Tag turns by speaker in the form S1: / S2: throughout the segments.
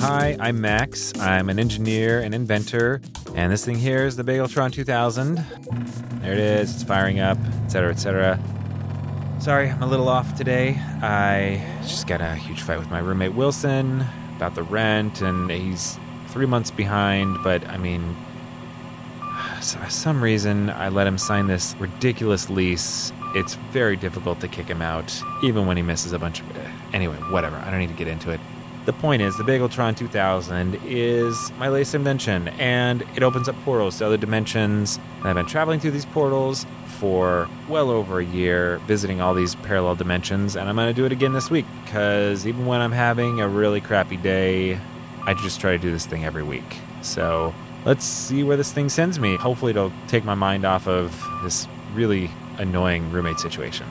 S1: Hi, I'm Max. I'm an engineer and inventor, and this thing here is the Bageltron 2000. There it is. It's firing up, etc., etc. Sorry, I'm a little off today. I just got a huge fight with my roommate Wilson about the rent, and he's three months behind. But I mean, so for some reason, I let him sign this ridiculous lease. It's very difficult to kick him out, even when he misses a bunch of. eh, Anyway, whatever. I don't need to get into it. The point is, the Bageltron 2000 is my latest invention, and it opens up portals to other dimensions. And I've been traveling through these portals for well over a year, visiting all these parallel dimensions, and I'm going to do it again this week because even when I'm having a really crappy day, I just try to do this thing every week. So let's see where this thing sends me. Hopefully, it'll take my mind off of this really annoying roommate situation.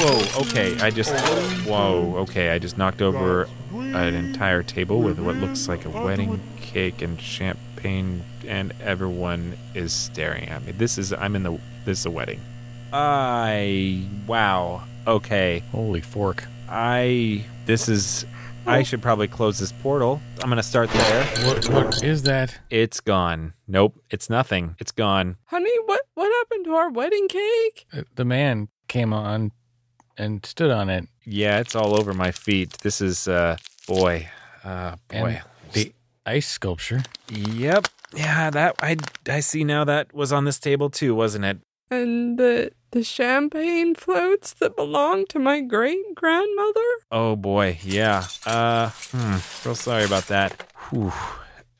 S1: Whoa, okay, I just. Whoa, okay, I just knocked over an entire table with what looks like a wedding cake and champagne, and everyone is staring at me. This is. I'm in the. This is a wedding. I. Wow. Okay.
S2: Holy fork.
S1: I. This is. I should probably close this portal. I'm gonna start there.
S2: What, what is that?
S1: It's gone. Nope, it's nothing. It's gone.
S3: Honey, what what happened to our wedding cake?
S2: Uh, The man came on and stood on it.
S1: Yeah, it's all over my feet. This is, uh, boy. Uh,
S2: And
S1: boy.
S2: the ice sculpture.
S1: Yep. Yeah, that I I see now that was on this table too, wasn't it?
S3: And the the champagne floats that belong to my great grandmother?
S1: Oh boy, yeah. Uh hmm, real sorry about that. Whew.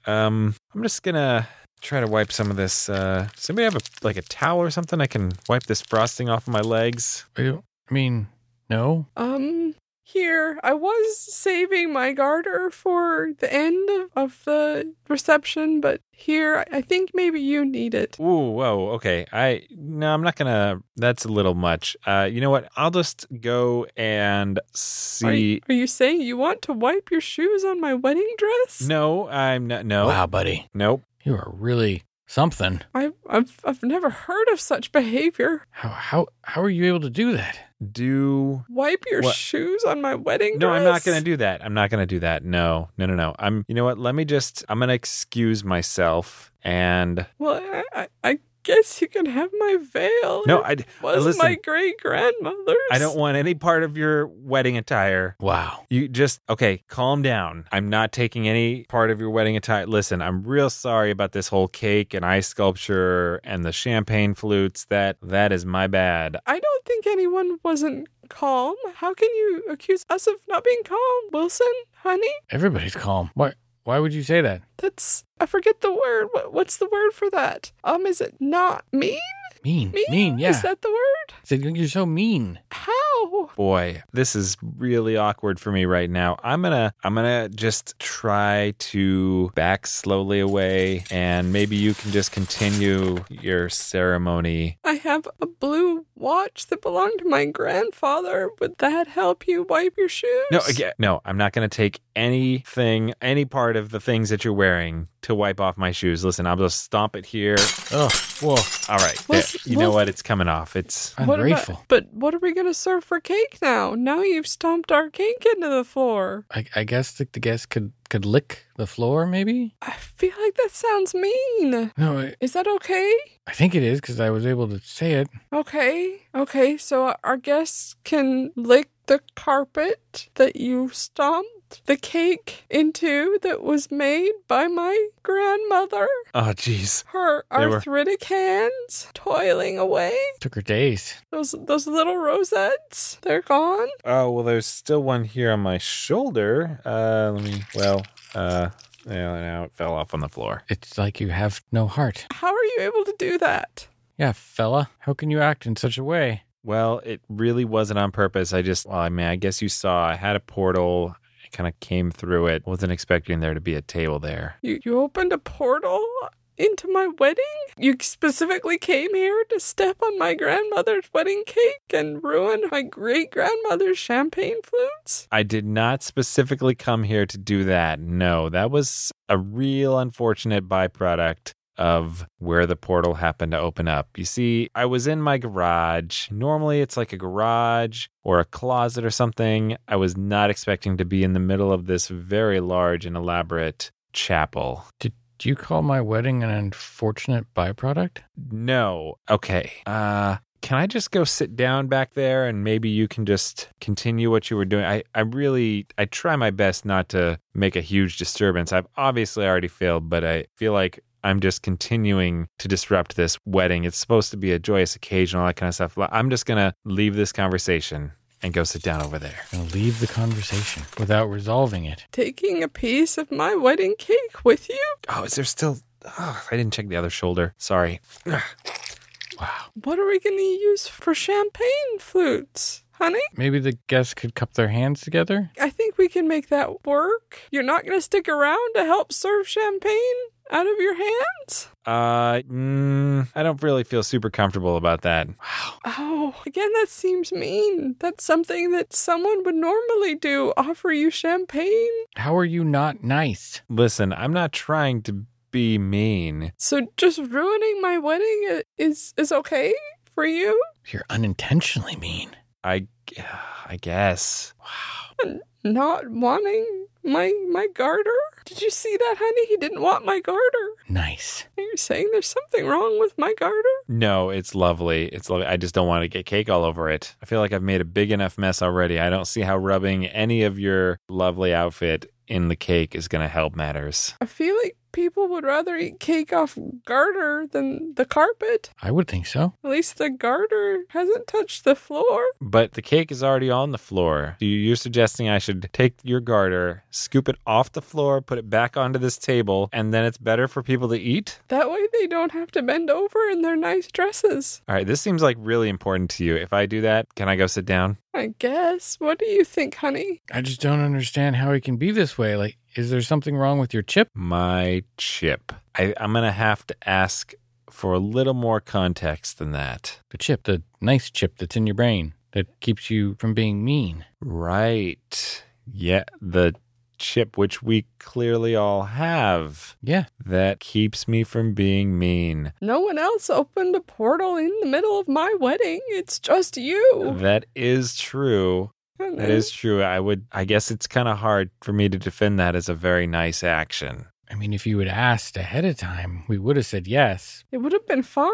S1: Um I'm just gonna try to wipe some of this uh does anybody have a like a towel or something I can wipe this frosting off of my legs?
S2: I mean, no.
S3: Um here, I was saving my garter for the end of, of the reception, but here I I think maybe you need it.
S1: Ooh, whoa, okay. I no, I'm not gonna that's a little much. Uh you know what? I'll just go and
S3: Are
S1: see
S3: you, are you saying you want to wipe your shoes on my wedding dress?
S1: No, I'm not no.
S2: Wow, buddy.
S1: Nope.
S2: You are really something.
S3: I, I've I've never heard of such behavior.
S2: How how how are you able to do that?
S1: Do
S3: Wipe your
S1: What?
S3: shoes on my wedding
S1: No,
S3: dress.
S1: I'm not going to do that. I'm not going to do that. No, no, no, no. I'm, you know what? Let me just, I'm going to excuse myself. And
S3: Well, I, I, I guess you can have my veil.
S1: no,
S3: It
S1: I,
S3: was
S1: listen.
S3: my great grandmother's.
S1: I don't want any part of your wedding attire.
S2: Wow.
S1: You just, okay, calm down. I'm not taking any part of your wedding attire. Listen, I'm real sorry about this whole cake and ice sculpture and the champagne flutes. That, that is my bad.
S3: I don't think anyone wasn't calm. How can you accuse us of not being calm, Wilson? Honey,
S2: Everybody's calm. Why why would you say that?
S3: that's I forget the word. What, what's the word for that? Um, is it not mean?
S2: Mean.
S3: Mean?
S2: yeah.
S3: Is that the word?
S2: Said, You're so mean.
S3: How?
S1: boy this is really awkward for me right now i'm gonna i'm gonna just try to back slowly away and maybe you can just continue your ceremony
S3: I have a blue watch that belonged to my grandfather. Would that help you wipe your shoes?
S1: no again, no i'm not gonna take anything any part of the things that you're wearing to wipe off my shoes listen i'll just stomp it here
S2: Oh, whoa.
S1: all right
S3: Well,
S1: there. you know
S3: well-
S1: what it's coming off it's
S3: What about-
S2: Ungrateful.
S3: but what are we going to serve for cake now? Now you've stomped our cake into the floor.
S2: I, I guess the, the guest could could lick the floor maybe?
S3: I feel like that sounds mean.
S2: No, I,
S3: Is that okay?
S2: I think it is cuz I was able to say it.
S3: Okay. Okay. So our guests can lick the carpet that you stomped the cake into that was made by my grandmother.
S1: oh jeez
S3: Her
S1: They were-
S3: arthritic hands toiling away.
S2: Took her days.
S3: Those those little rosettes, they're gone.
S1: Oh well, there's still one here on my shoulder. Uh, let me. Well, uh, yeah, now it fell off on the floor.
S2: It's like you have no heart.
S3: How are you able to do that?
S2: Yeah, fella. How can you act in such a way?
S1: Well, it really wasn't on purpose. I just, well, I mean, I guess you saw I had a portal. I kind of came through it. Wasn't expecting there to be a table there.
S3: You you opened a portal into my wedding? You specifically came here to step on my grandmother's wedding cake and ruin my great grandmother's champagne flutes?
S1: I did not specifically come here to do that. No, that was a real unfortunate byproduct of where the portal happened to open up. You see, I was in my garage. Normally, it's like a garage or a closet or something. I was not expecting to be in the middle of this very large and elaborate chapel.
S2: Do you call my wedding an unfortunate byproduct?
S1: No. Okay. Uh can I just go sit down back there and maybe you can just continue what you were doing? I, I really I try my best not to make a huge disturbance. I've obviously already failed, but I feel like I'm just continuing to disrupt this wedding. It's supposed to be a joyous occasion, all that kind of stuff. I'm just gonna leave this conversation and go sit down over there.
S2: And leave the conversation without resolving it.
S3: Taking a piece of my wedding cake with you?
S1: Oh, is there still oh, I didn't check the other shoulder. Sorry.
S2: Wow.
S3: What are we going to use for champagne flutes, honey?
S2: Maybe the guests could cup their hands together?
S3: I think we can make that work. You're not going to stick around to help serve champagne out of your hands?
S1: Uh, mm, I don't really feel super comfortable about that.
S3: Oh, again, that seems mean. That's something that someone would normally do offer you champagne.
S2: How are you not nice?
S1: Listen, I'm not trying to be mean.
S3: So just ruining my wedding i- is is okay for you?
S2: You're unintentionally mean.
S1: I, g- I guess.
S3: Not wanting my my garter? Did you see that, honey? He didn't want my garter.
S2: Nice.
S3: Are you saying there's something wrong with my garter?
S1: No, it's lovely. It's lovely. I just don't want to get cake all over it. I feel like I've made a big enough mess already. I don't see how rubbing any of your lovely outfit in the cake is going to help matters.
S3: I feel like people would rather eat cake off garter than the carpet.
S2: I would think so.
S3: At least the garter hasn't touched the floor.
S1: But the cake is already on the floor. You- You're suggesting I should take your garter, scoop it off the floor, put it back onto this table, and then it's better for people to eat?
S3: That way they don't have to bend over in their nice dresses.
S1: All right, this seems like really important to you. If I do that, can I go sit down?
S3: I guess. What do you think, honey?
S2: I just don't understand how he can be this way. Like, is there something wrong with your chip?
S1: my chip. I, I'm going to have to ask for a little more context than that.
S2: The chip, the nice chip that's in your brain that keeps you from being mean.
S1: Right. Yeah, the chip, which we clearly all have,
S2: Yeah.
S1: that keeps me from being mean.
S3: No one else opened a portal in the middle of my wedding. It's just you.
S1: That is true. That is true. I would, I guess it's kind of hard for me to defend that as a very nice action.
S2: I mean, if you had asked ahead of time, we would have said yes.
S3: It would have been fine.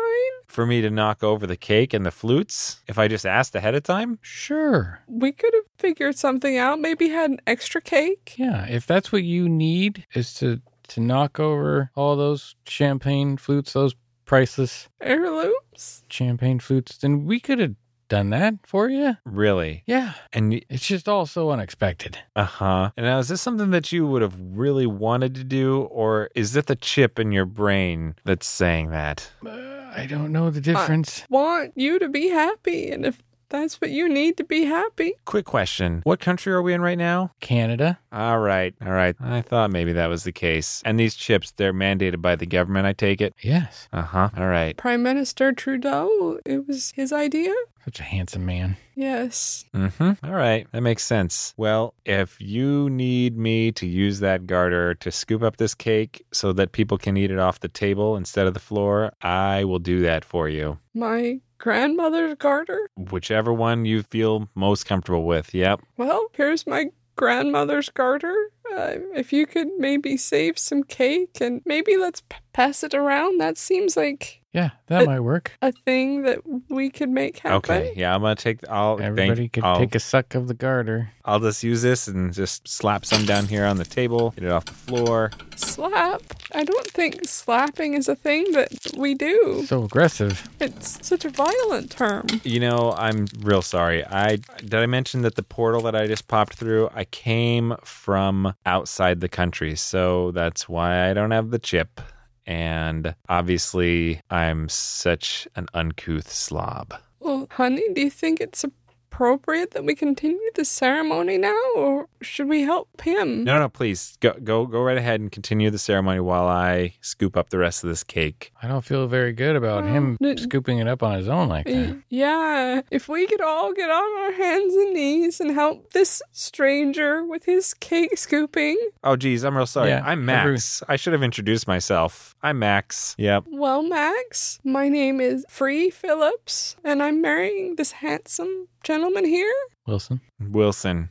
S1: For me to knock over the cake and the flutes, if I just asked ahead of time,
S2: Sure.
S3: We could have figured something out. Maybe had an extra cake.
S2: Yeah. If that's what you need is to, to knock over all those champagne flutes, those priceless
S3: Heirlooms.
S2: champagne flutes, then we could have done that for you.
S1: really.
S2: Yeah.
S1: And y-
S2: It's just all so unexpected.
S1: Uh huh. And now, is this something that you would have really wanted to do, or is it the chip in your brain that's saying that?
S2: Uh, I don't know the difference.
S3: Want you to be happy. And if that's what you need to be happy,
S1: Quick question What country are we in right now?
S2: Canada.
S1: All right. All right. I thought maybe that was the case. And these chips, they're mandated by the government, I take it.
S2: Yes.
S1: Uh huh. All right.
S3: Prime Minister Trudeau, it was his idea.
S2: Such a handsome man.
S3: Yes.
S1: Mm-hmm. All right, that makes sense. Well, if you need me to use that garter to scoop up this cake so that people can eat it off the table instead of the floor, I will do that for you.
S3: My grandmother's garter.
S1: Whichever one you feel most comfortable with. Yep.
S3: Well, here's my grandmother's garter. Uh, if you could maybe save some cake and maybe let's p- pass it around, that seems like
S2: Yeah, that
S3: Uh,
S2: might work.
S3: a thing that we could make happen.
S1: Okay. Yeah, I'm gonna take. I'll
S2: Everybody
S1: thank,
S2: could
S1: I'll,
S2: take a suck of the garter.
S1: I'll just use this and just slap some down here on the table. Get it off the floor.
S3: Slap. I don't think slapping is a thing that we do.
S2: So aggressive.
S3: It's such a violent term.
S1: You know, I'm real sorry. I did I mention that the portal that I just popped through? I came from outside the country, so that's why I don't have the chip. And obviously, I'm such an uncouth slob.
S3: Well, honey, do you think it's a appropriate that we continue the ceremony now, or should we help him?
S1: No, no, please go go go right ahead and continue the ceremony while I scoop up the rest of this cake.
S2: I don't feel very good about him
S3: Well, n- eh.
S2: scooping it up on his own like that.
S3: Yeah, if we could all get on our hands and knees and help this stranger with his cake scooping.
S1: Oh, geez, I'm real sorry.
S2: Yeah,
S1: I'm
S2: every-
S1: Max. I should have introduced myself. I'm Max. Yep.
S3: Well, Max, my name is Free Phillips, and I'm marrying this handsome gentleman here.
S2: Wilson.
S1: Wilson.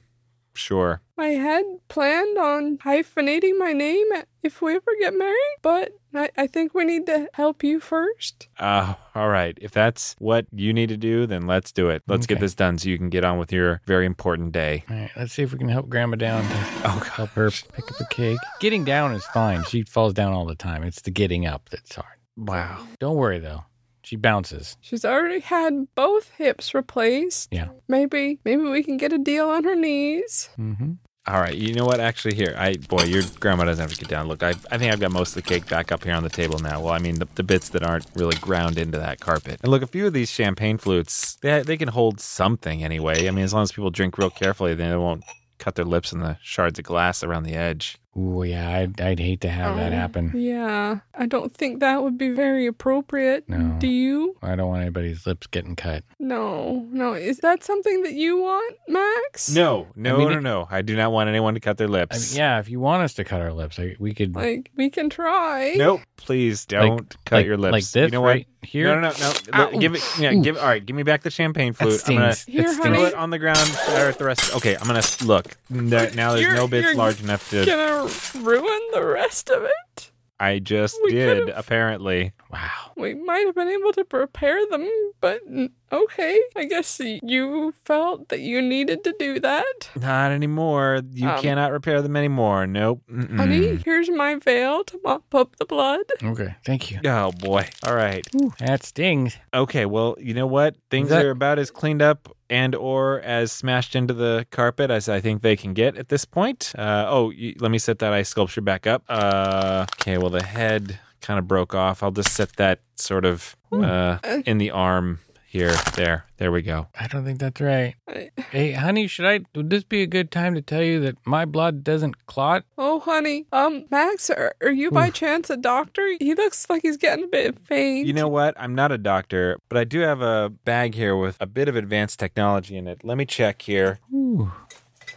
S1: Sure.
S3: I had planned on hyphenating my name if we ever get married, but I, I think we need to help you first.
S1: Uh, all right. If that's what you need to do, then let's do it. Let's get
S2: Okay.
S1: this done so you can get on with your very important day.
S2: All right, let's see if we can help Grandma down to
S1: Oh, God.
S2: help her pick up a cake. Getting down is fine. She falls down all the time. It's the getting up that's hard.
S1: Wow.
S2: Don't worry though. She bounces.
S3: She's already had both hips replaced.
S2: Yeah.
S3: Maybe maybe we can get a deal on her knees.
S2: Mm-hmm.
S1: All right. You know what? Actually, here, I boy, your grandma doesn't have to get down. Look, I, I think I've got most of the cake back up here on the table now. Well, I mean, the, the bits that aren't really ground into that carpet. And look, a few of these champagne flutes, they they can hold something anyway. I mean, as long as people drink real carefully, then they won't cut their lips on the shards of glass around the edge.
S2: Ooh, yeah, I'd, I'd hate to have that
S3: Oh.
S2: happen.
S3: Yeah. I don't think that would be very appropriate.
S2: No.
S3: Do you?
S2: I don't want anybody's lips getting cut.
S3: No. No. Is that something that you want, Max?
S1: No, no,
S2: I mean,
S1: no,
S2: it-
S1: no. I do not want anyone to cut their
S2: I mean,
S1: lips.
S2: yeah, if you want us to cut our lips, I, we could
S3: Like we can try.
S1: Nope. Please don't cut
S2: like,
S1: your lips.
S2: like this
S1: you know what?
S2: right here.
S1: No, no, no, no. Look,
S2: Ow.
S1: Give it. Yeah,
S2: Ooh.
S1: give. All right, give me back the champagne
S2: That
S1: flute. I'm gonna
S2: stings.
S3: Here,
S2: It
S3: honey.
S2: stings.
S1: throw it on the ground. Or at the rest. Okay, I'm gonna look. No- now there's
S3: You're-
S1: no bits
S3: you're
S1: large enough to.
S3: Gonna ruin the rest of it.
S1: I just
S3: we
S1: did
S3: could've-
S1: apparently.
S2: Wow.
S3: We might have been able to prepare them, but mm, okay. I guess you felt that you needed to do that.
S1: Not anymore. You
S3: Um,
S1: cannot repair them anymore. Nope. Mm-mm.
S2: Hmm.
S3: Honey, here's my veil to mop up the blood.
S2: Okay, thank you.
S1: Oh boy. All right.
S2: That stings.
S1: Okay. Well, you know what? Things
S2: that-
S1: are about as cleaned up and or as smashed into the carpet as I think they can get at this point. Uh, oh, y- let me set that ice sculpture back up. Uh, okay. Well, the head kind of broke off. I'll just set that sort of
S2: Hmm,
S1: uh, in the arm here. There. There we go.
S2: I don't think that's right.
S3: I-
S2: Hey, honey, should I? Would this be a good time to tell you that my blood doesn't clot?
S3: Oh, honey. Um, Max, are, are you by chance a doctor? He looks like he's getting a bit faint.
S1: You know what? I'm not a doctor, but I do have a bag here with a bit of advanced technology in it. Let me check here.
S2: Ooh.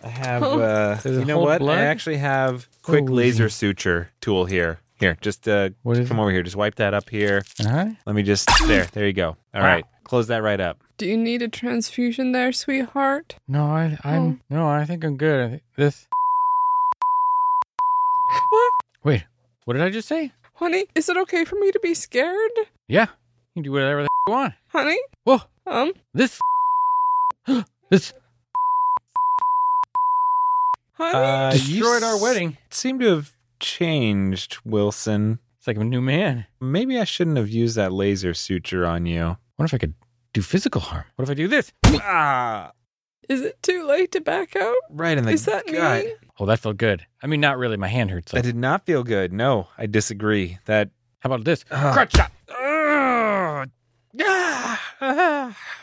S1: I have,
S3: Oh.
S1: uh,
S2: Does it
S1: you know
S2: hold
S1: what?
S2: blood?
S1: I actually have quick
S2: Oh,
S1: laser suture tool here. Here, just uh,
S2: What is
S1: come over here. Just wipe that up here.
S2: Uh-huh.
S1: Let me just there. There you go. All
S2: Wow.
S1: right, close that right up.
S3: Do you need a transfusion there, sweetheart?
S2: No, I, I'm.
S1: Oh.
S2: No, I think I'm good. I thi- This.
S3: What?
S2: Wait, what did I just say?
S3: Honey, is it okay for me to be scared?
S2: Yeah, you can do whatever the you want.
S3: Honey?
S2: Whoa,
S3: Um,
S2: this. this
S1: Uh,
S3: honey?
S1: you
S2: destroyed our
S1: s-
S2: wedding.
S1: Seem to have changed, Wilson.
S2: It's like I'm a new man.
S1: Maybe I shouldn't have used that laser suture on you.
S2: What if I could do physical harm? What if I do this?
S1: ah,
S3: is it too late to back out?
S1: right in the
S3: Is that
S1: gut.
S3: mean?
S2: Oh, that felt good. I mean, not really. My hand hurts. though.
S1: That did not feel good. No, I disagree. That ah.
S2: How about this?
S1: Ugh.
S2: Crutch shot.
S1: Ugh. Ah. Ah.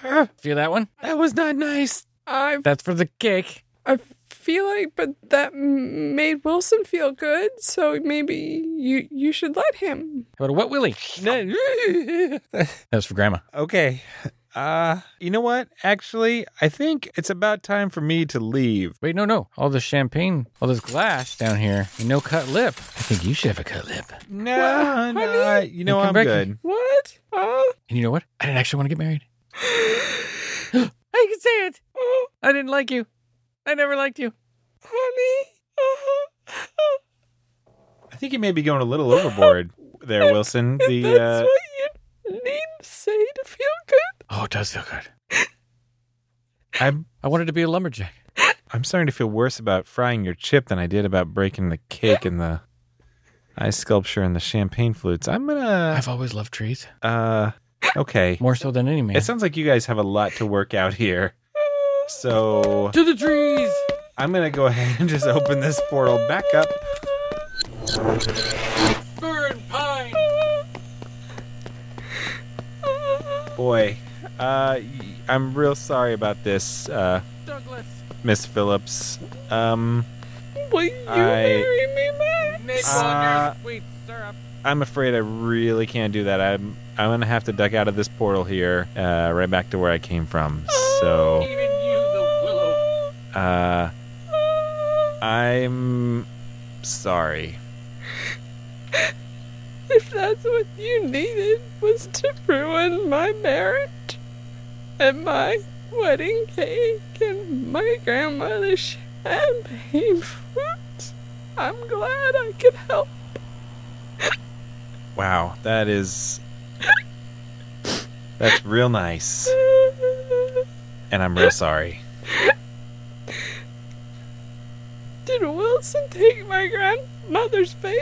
S1: Ah.
S2: Feel that one?
S1: that was not nice.
S3: I
S2: That's for the cake.
S3: I feel like, but that m- made Wilson feel good, so maybe you you should let him.
S2: How about a wet willy? That was for Grandma.
S1: okay. Uh, you know what? Actually, I think it's about time for me to leave.
S2: Wait, no, no. All this champagne, all this glass down here, and no cut lip. I think you should have a cut lip.
S1: No,
S3: Well,
S1: no,
S3: honey.
S1: you know
S2: Come
S1: I'm
S2: back.
S1: good.
S3: What? Uh,
S2: And you know what? I didn't actually want to get married. I can say it.
S3: oh,
S2: I didn't like you. I never liked you.
S3: honey. Uh-huh.
S1: I think you may be going a little overboard there, Wilson.
S3: If
S1: The
S3: that's
S1: uh,
S3: what you need to say to feel good.
S2: Oh, it does feel good.
S1: I'm
S2: I wanted to be a lumberjack.
S1: I'm starting to feel worse about frying your chip than I did about breaking the cake and the ice sculpture and the champagne flutes. I'm gonna
S2: I've always loved trees,
S1: uh okay.
S2: more so than any man.
S1: It sounds like you guys have a lot to work out here. So
S2: to the trees.
S1: I'm gonna go ahead and just open this portal back up.
S2: Bird pine.
S1: Boy, uh, y- I'm real sorry about this, uh,
S2: Douglas,
S1: Miss Phillips. Um,
S3: Will you
S1: I-
S3: marry me, Max?
S2: make
S1: Uh,
S2: sweet syrup.
S1: I'm afraid I really can't do that. I'm I'm gonna have to duck out of this portal here, uh, right back to where I came from. So,
S2: Even you, the willow.
S1: uh, I'm sorry.
S3: If that's what you needed was to ruin my marriage and my wedding cake and my grandmother's champagne flute, I'm glad I could help.
S1: Wow, that is that's real nice, and I'm real sorry.
S3: Did Wilson take my grandmother's veil?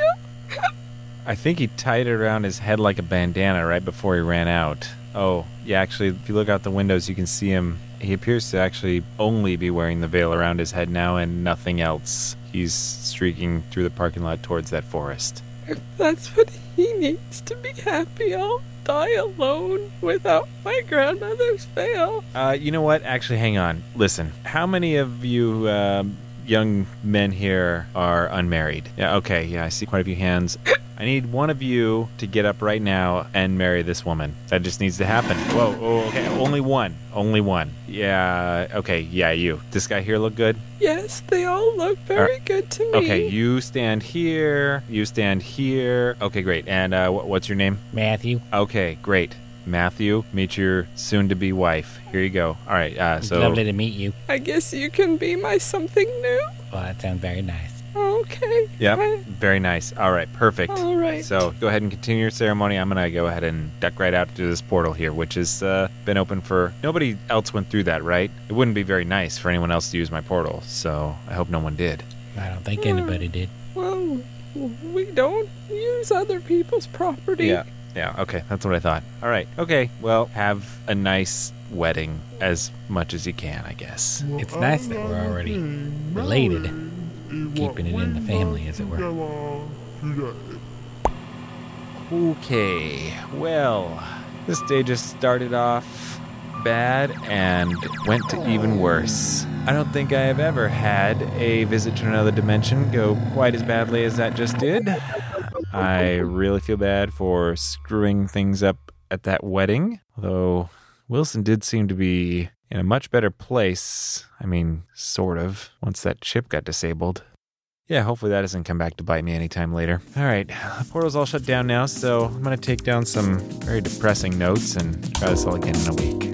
S1: I think he tied it around his head like a bandana right before he ran out. Oh, yeah, actually, if you look out the windows, you can see him. He appears to actually only be wearing the veil around his head now and nothing else. He's streaking through the parking lot towards that forest.
S3: If that's what he needs to be happy, I'll die alone without my grandmother's veil.
S1: Uh, you know what? Actually, hang on. Listen, how many of you um, young men here are unmarried? Yeah, okay, yeah, I see quite a few hands. I need one of you to get up right now and marry this woman. That just needs to happen. Whoa, oh, okay, only one. Only one. Yeah, okay, yeah, you. This guy here look good?
S3: Yes, they all look very good to me.
S1: Okay, you stand here. You stand here. Okay, great. And uh, wh- what's your name?
S2: Matthew.
S1: Okay, great. Matthew, meet your soon to be wife. Here you go. All right, uh, so.
S2: to meet you.
S3: I guess you can be my something new.
S2: Well, that sounds very nice.
S3: Okay.
S1: Yep.
S3: I-
S1: Very nice. All right. Perfect.
S3: all right.
S1: So go ahead and continue your ceremony. I'm gonna go ahead and duck right out to this portal here, which has uh, been open for nobody else went through that, right? It wouldn't be very nice for anyone else to use my portal, so I hope no one did.
S4: I don't think anybody did.
S3: well, we don't use other people's property.
S1: Yeah. Okay. That's what I thought. All right. Okay. Well, have a nice wedding as much as you can, I guess.
S4: It's nice that we're already related, keeping it in the family, as it were.
S1: Okay, well, this day just started off bad and went to even worse. I don't think I have ever had a visit to another dimension go quite as badly as that just did. I really feel bad for screwing things up at that wedding, although Wilson did seem to be in a much better place. I mean, sort of, once that chip got disabled. Yeah, hopefully that doesn't come back to bite me anytime later. All right, the portal's all shut down now, so I'm gonna take down some very depressing notes and try this all again in a week.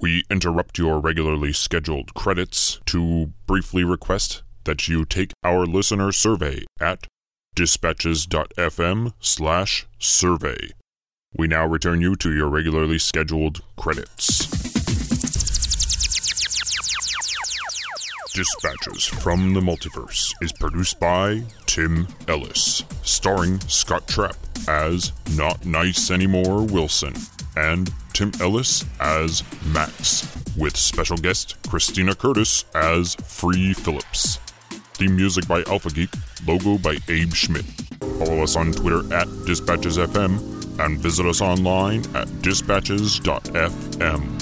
S5: We interrupt your regularly scheduled credits to briefly request that you take our listener survey at dispatches.fm slash survey. We now return you to your regularly scheduled credits. Dispatches from the Multiverse is produced by Tim Ellis, starring Scott Trapp as Not Nice Anymore Wilson and Tim Ellis as Max, with special guest Christina Curtis as Free Phillips. Theme music by Alpha Geek, logo by Abe Schmidt. Follow us on Twitter at DispatchesFM and visit us online at dispatches.fm.